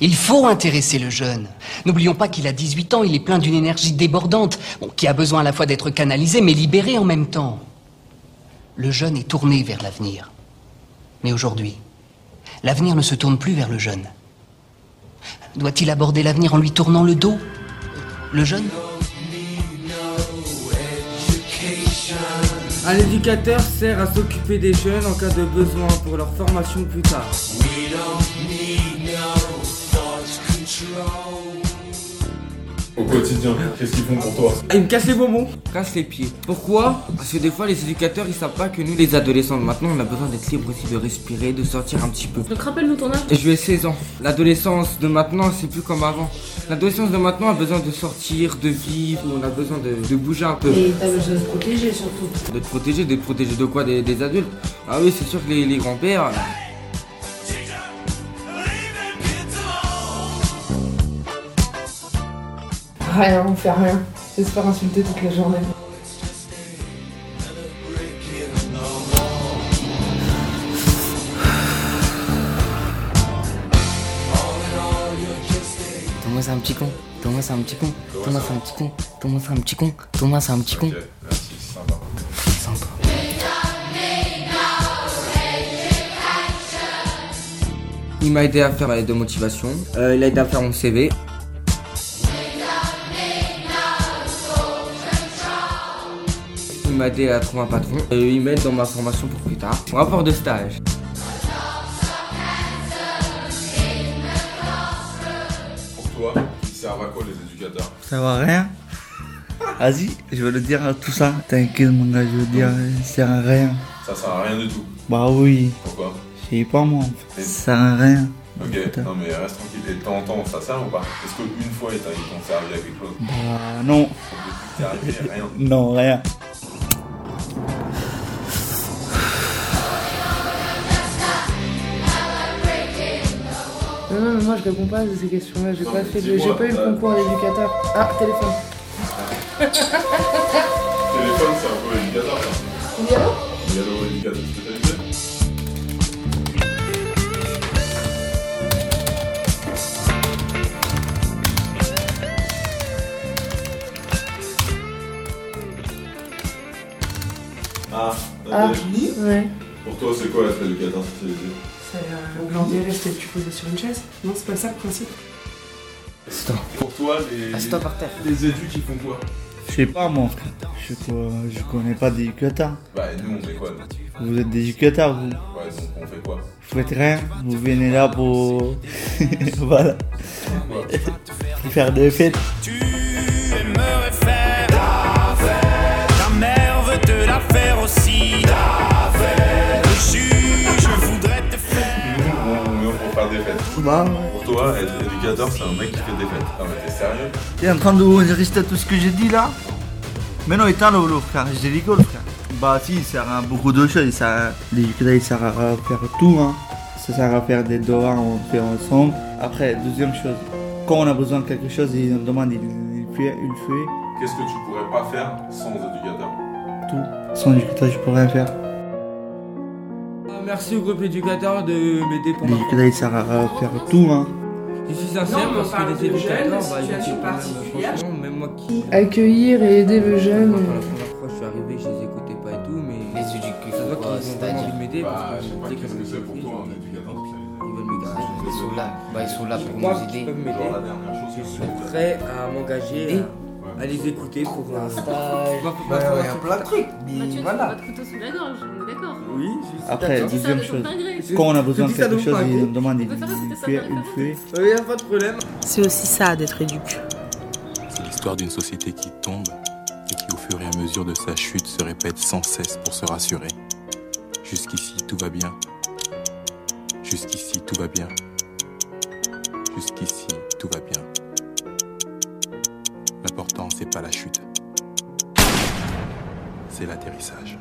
Il faut intéresser le jeune. N'oublions pas qu'il a 18 ans, il est plein d'une énergie débordante, bon, qui a besoin à la fois d'être canalisé, mais libéré en même temps. Le jeune est tourné vers l'avenir. Mais aujourd'hui, l'avenir ne se tourne plus vers le jeune. Doit-il aborder l'avenir en lui tournant le dos Le jeune Un éducateur sert à s'occuper des jeunes en cas de besoin pour leur formation plus tard. Au quotidien, qu'est-ce qu'ils font pour toi Ah, Ils me cassent les bonbons, cassent les pieds. Pourquoi Parce que des fois les éducateurs ils savent pas que nous les adolescents de maintenant on a besoin d'être libre aussi de respirer, de sortir un petit peu. Donc rappelle-nous ton âge. Et je vais 16 ans. L'adolescence de maintenant c'est plus comme avant. L'adolescence de maintenant a besoin de sortir, de vivre, on a besoin de, de bouger un peu. Et t'as besoin de protéger surtout. De te protéger, de te protéger de quoi des, des adultes Ah oui c'est sûr que les, les grands-pères... Rien, Ah, on fait rien. J'espère insulter toute la journée. Thomas c'est un petit con. Thomas c'est un petit con. Thomas c'est un petit con. Thomas c'est un petit con. Thomas c'est un petit con. Ok, Merci, c'est sympa. Il m'a aidé à faire ma lettre de motivation. Euh, il a aidé à faire mon CV. Il m'a aidé à trouver un patron. Et il m'aide dans ma formation pour plus tard. Mon rapport de stage. Pour toi, ils servent à quoi les éducateurs Ça va rien Vas-y, je vais le dire à tout ça. T'inquiète mon gars, je veux dire, ça sert à rien. Ça sert à rien du tout. Bah oui, Pourquoi je sais pas moi. Ça sert à rien. Ok, non mais reste tranquille. Et de temps en temps, ça sert ou pas Est-ce qu'une fois, ils t'ont ils t'ont servi à quelque chose Bah non, T'es arrivé, rien. non, rien. Non, non, mais moi je réponds pas à ces questions-là. J'ai Non, pas mais fait de- dis-moi, j'ai pas eu euh, le concours d'éducateur. Ah, téléphone. Téléphone, c'est un peu l'éducateur, ça. Diallo, éducateur spécialisé. Ah, Ah, Nadège, ouais. pour toi, c'est quoi être éducateur spécialisé C'est euh, glandé, rester tu posé sur une chaise. Non, c'est pas ça le principe. Stop. Pour toi, les, Stop par terre. les éducs, ils font quoi Je sais pas moi. Je, sais quoi, je connais pas d'éducateur. Bah, et nous, on fait quoi nous Vous êtes éducateur, vous. Ouais, donc on fait quoi Vous faites rien, vous venez là pour. voilà. Ah, Pour faire des fêtes. Ta mère veut te la faire aussi. Juge, je voudrais te faire. Nous, on est pour faire des fêtes. Bah, Pour toi, être éducateur, c'est un mec qui fait des fêtes. Ah, mais t'es sérieux t'es en train de résister à tout ce que j'ai dit là Mais non, éteins le le frère, je rigole, frère. Bah, si, il sert à beaucoup de choses. Il sert à- L'éducateur, il sert à faire tout, hein. Ça sert à faire des devoirs, on fait ensemble. Après, deuxième chose, quand on a besoin de quelque chose, il nous demande, il, il fait, il fait Qu'est-ce que tu pourrais pas faire sans éducateur tout. Sans éducateur, je peux rien faire. Euh, Merci au groupe éducateur de m'aider pour ma L'éducateur, il sert à faire tout, hein. Je suis Non, sincère mais on parce parle que de les jeunes, éducateurs, de bah, ils situations ont des problèmes, particulières. franchement, même moi qui. Accueillir et aider le jeune. Quand la première fois je suis arrivé, je les écoutais pas et tout, mais. Les éducs, Ça se voit quoi, qu'ils ont vraiment c'est-à-dire envie de m'aider Bah, parce je sais pas que qu'est-ce que c'est pour ils toi un éducateur spécialisé. veulent me garder. Ils sont là, bah ils sont là pour Moi, nous qui aider. peuvent m'aider. Genre la dernière chose Je que suis j'ai prêt faite. à m'engager, à, à les écouter pour un stage. plein de trucs, Mathieu, tu vas pas de couteau sous la gorge, on est d'accord. Oui, je suis Après, d'accord. Tu dis deuxième ça de ton chose. plein gré. Quand on a besoin de Je dis ça quelque donc chose, pas, il gros. nous demande, il On peut faire il ça, fait, on peut il faire fait. Euh, y a pas de problème. C'est aussi ça d'être éduque. C'est l'histoire d'une société qui tombe et qui, au fur et à mesure de sa chute, se répète sans cesse pour se rassurer. Jusqu'ici, tout va bien. Jusqu'ici, tout va bien. Jusqu'ici, tout va bien. L'important, c'est pas la chute. C'est l'atterrissage.